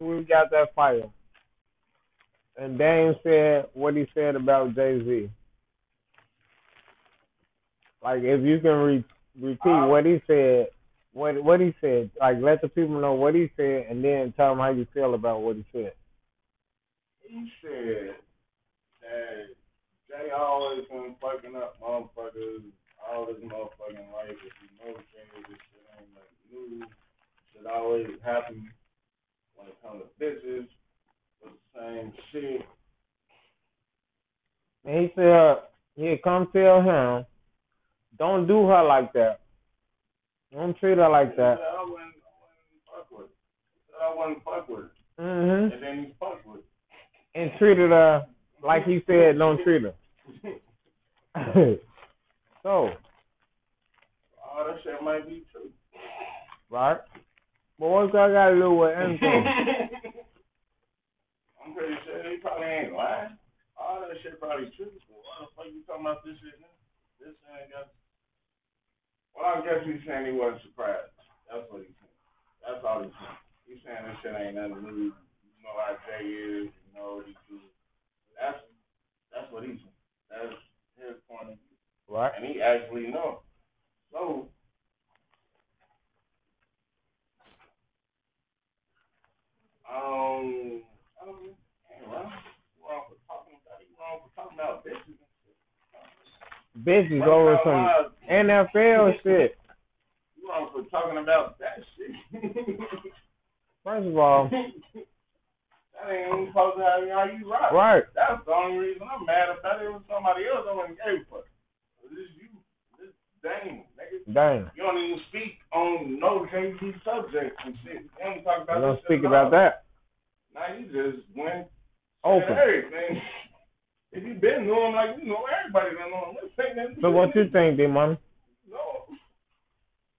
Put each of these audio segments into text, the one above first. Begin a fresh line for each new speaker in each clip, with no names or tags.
we got that fire. And Dame said what he said about Jay Z. Like if you can re- repeat what he said, what what he said, like let the people know what he said, and then tell them how you feel about what he said.
He said that Jay always been fucking up motherfuckers all his motherfucking life. If you know things, this shit ain't like new. Shit always happen when it comes to bitches. It's the same shit.
And he said he come tell him, don't do her like that. Don't treat her like
He said,
that.
I wouldn't, I wouldn't fuck with it. He said, I wouldn't fuck with it.
Mhm.
And then he fucked with it.
And treated her like he said, don't treat her. so
All that shit might be true.
right. But what's that got to do with anything?
I'm pretty sure he probably ain't lying. All that shit probably true. So why the fuck you talking about this shit now? This shit ain't got. Well, I guess he's saying he wasn't surprised. That's what he's saying. That's all he's saying. He's saying this shit ain't nothing new. You know how Jay is. You know what he do. That's that's what he's saying. That's his point of view.
Right.
And he actually know. So um I don't know. Ain't wrong. He wrong for talking about he wrong for talking about bitches.
Bitch is over some NFL shit.
You wrong for talking about that shit.
First of all,
that ain't supposed to have how you rock.
right.
That's the only reason I'm mad about it. It was somebody else I wouldn't gave a fuck. This you, this Damon, nigga.
Damn.
You don't even speak on no JG subjects and shit. You don't talk
I
about
don't
this shit
speak
at all.
about that.
Now you just went
Open.
said everything. If you been knowing like you know everybody done know him. Let's say that.
So what you think, D Money?
No.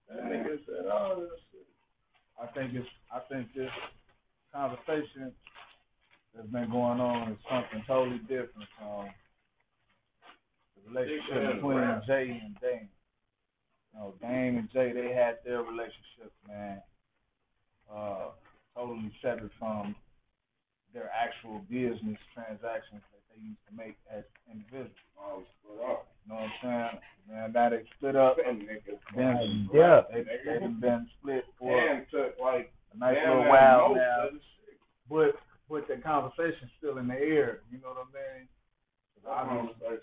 That nigga said "Oh, all this shit.
I think it's I think this conversation that's been going on is something totally different from the relationship between Jay and Dame. You know, Dame and Jay they had their relationship, man, uh, totally separate from their actual business transactions that they used to make as individuals.
Oh, split up.
You know what I'm saying? Man, now they split up.
Them niggas.
Been,
Yeah.
they, they've been split for
And took like
a nice
damn
little
near
while
most
now
of the shit.
but but the conversation's still in the air. You know what I mean?
I don't know.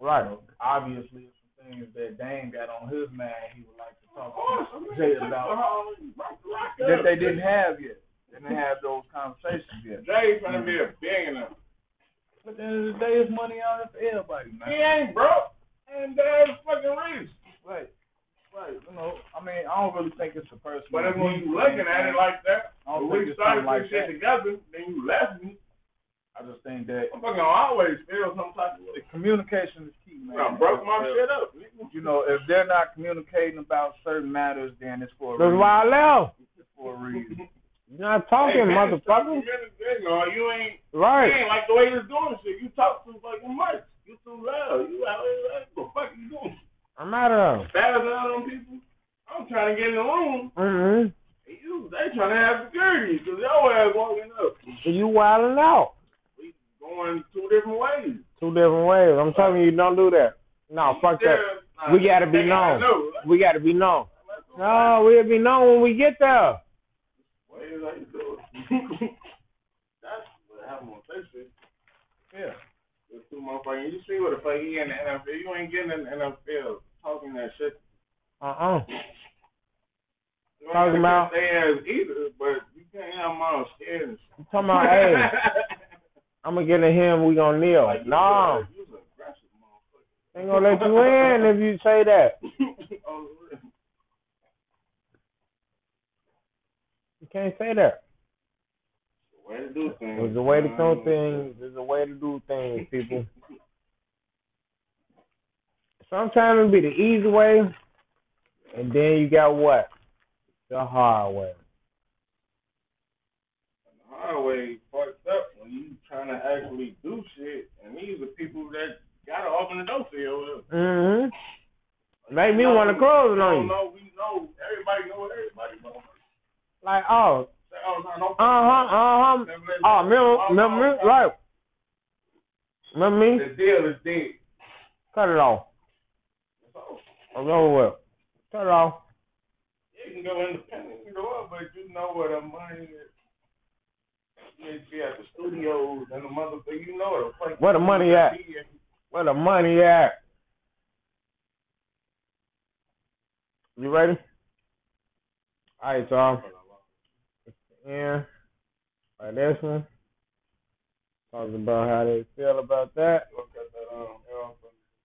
Right.
Obviously, it's some things that Dane got on his mind he would like to
Of
talk
course, I mean,
to Jay
took the
about
whole- rock- rock up.
that they didn't have yet. They didn't have those conversations yet.
Jay's gonna be a billionaire.
But at the end of the day, it's money out there for everybody,
He
man.
ain't broke, and that's fucking rich.
Right. Right. You know, I mean, I don't really think it's a personal.
But if when you looking at it like that,
I don't
when
think
we
it's
started
something like
this shit
that.
together, then you left me.
I just think that
I'm fucking always feel some type of
the
way.
communication is key, man.
I broke my shit up. nigga.
You know, if they're not communicating about certain matters, then it's for a
That's
reason.
why I left.
For a reason.
You're not
Hey,
talking,
man,
motherfucker.
You know, you ain't, you
Right.
ain't like the way you're doing shit. You talk too fucking much. You too loud. You out here like, what the fuck you doing?
I'm out
Oh.
of.
Spazzing out on people. I'm trying to get in the room.
Mm-hmm.
And you, they trying to have security because your ass walking up.
You wilding out.
We going two different ways.
Two different ways. I'm telling you, don't do that. No, fuck that.
Yeah,
We gotta be
they gotta
known.
know.
We got to be known. No, we'll be known when we get there.
What is how you do it? That's what happened on Texas.
Yeah.
The two motherfuckers. You see what the fuck he in the NFL. You ain't getting in the NFL talking that shit.
Uh-uh.
You ain't
Talking
gotta
about-
get their ass either, but you can't have them all scared and shit.
I'm talking about, hey, I'm going to get in here and we going to kneel.
Like,
No.
You was aggressive, motherfucker.
They ain't going to let you in if you say that.
oh, really?
You can't say that.
The way to do things.
There's a way to do
man.
things. There's a way to do things, people. Sometimes it be the easy way, and then you got what? The hard way.
the highway fucked up when you trying to actually do shit, and these are people that gotta open the door for you.
hmm
Mm-hmm.
Make me want to close it
No,
on you.
no, we know everybody know everybody. Know.
Like, oh,
Say, oh, no, no.
Uh huh. Uh huh. Oh, remember, remember, me? right? Remember me?
The deal is dead.
Cut it off.
It's over.
I'm over with. Cut it off.
You can go independent, you know what, but you know where the money is. You need to be at the studios and the motherfucker, you know it.
Where the money at? Where the money at? You ready? All right, y'all. Yeah. All right, this one. Talking about how they feel about that.
Okay. uh,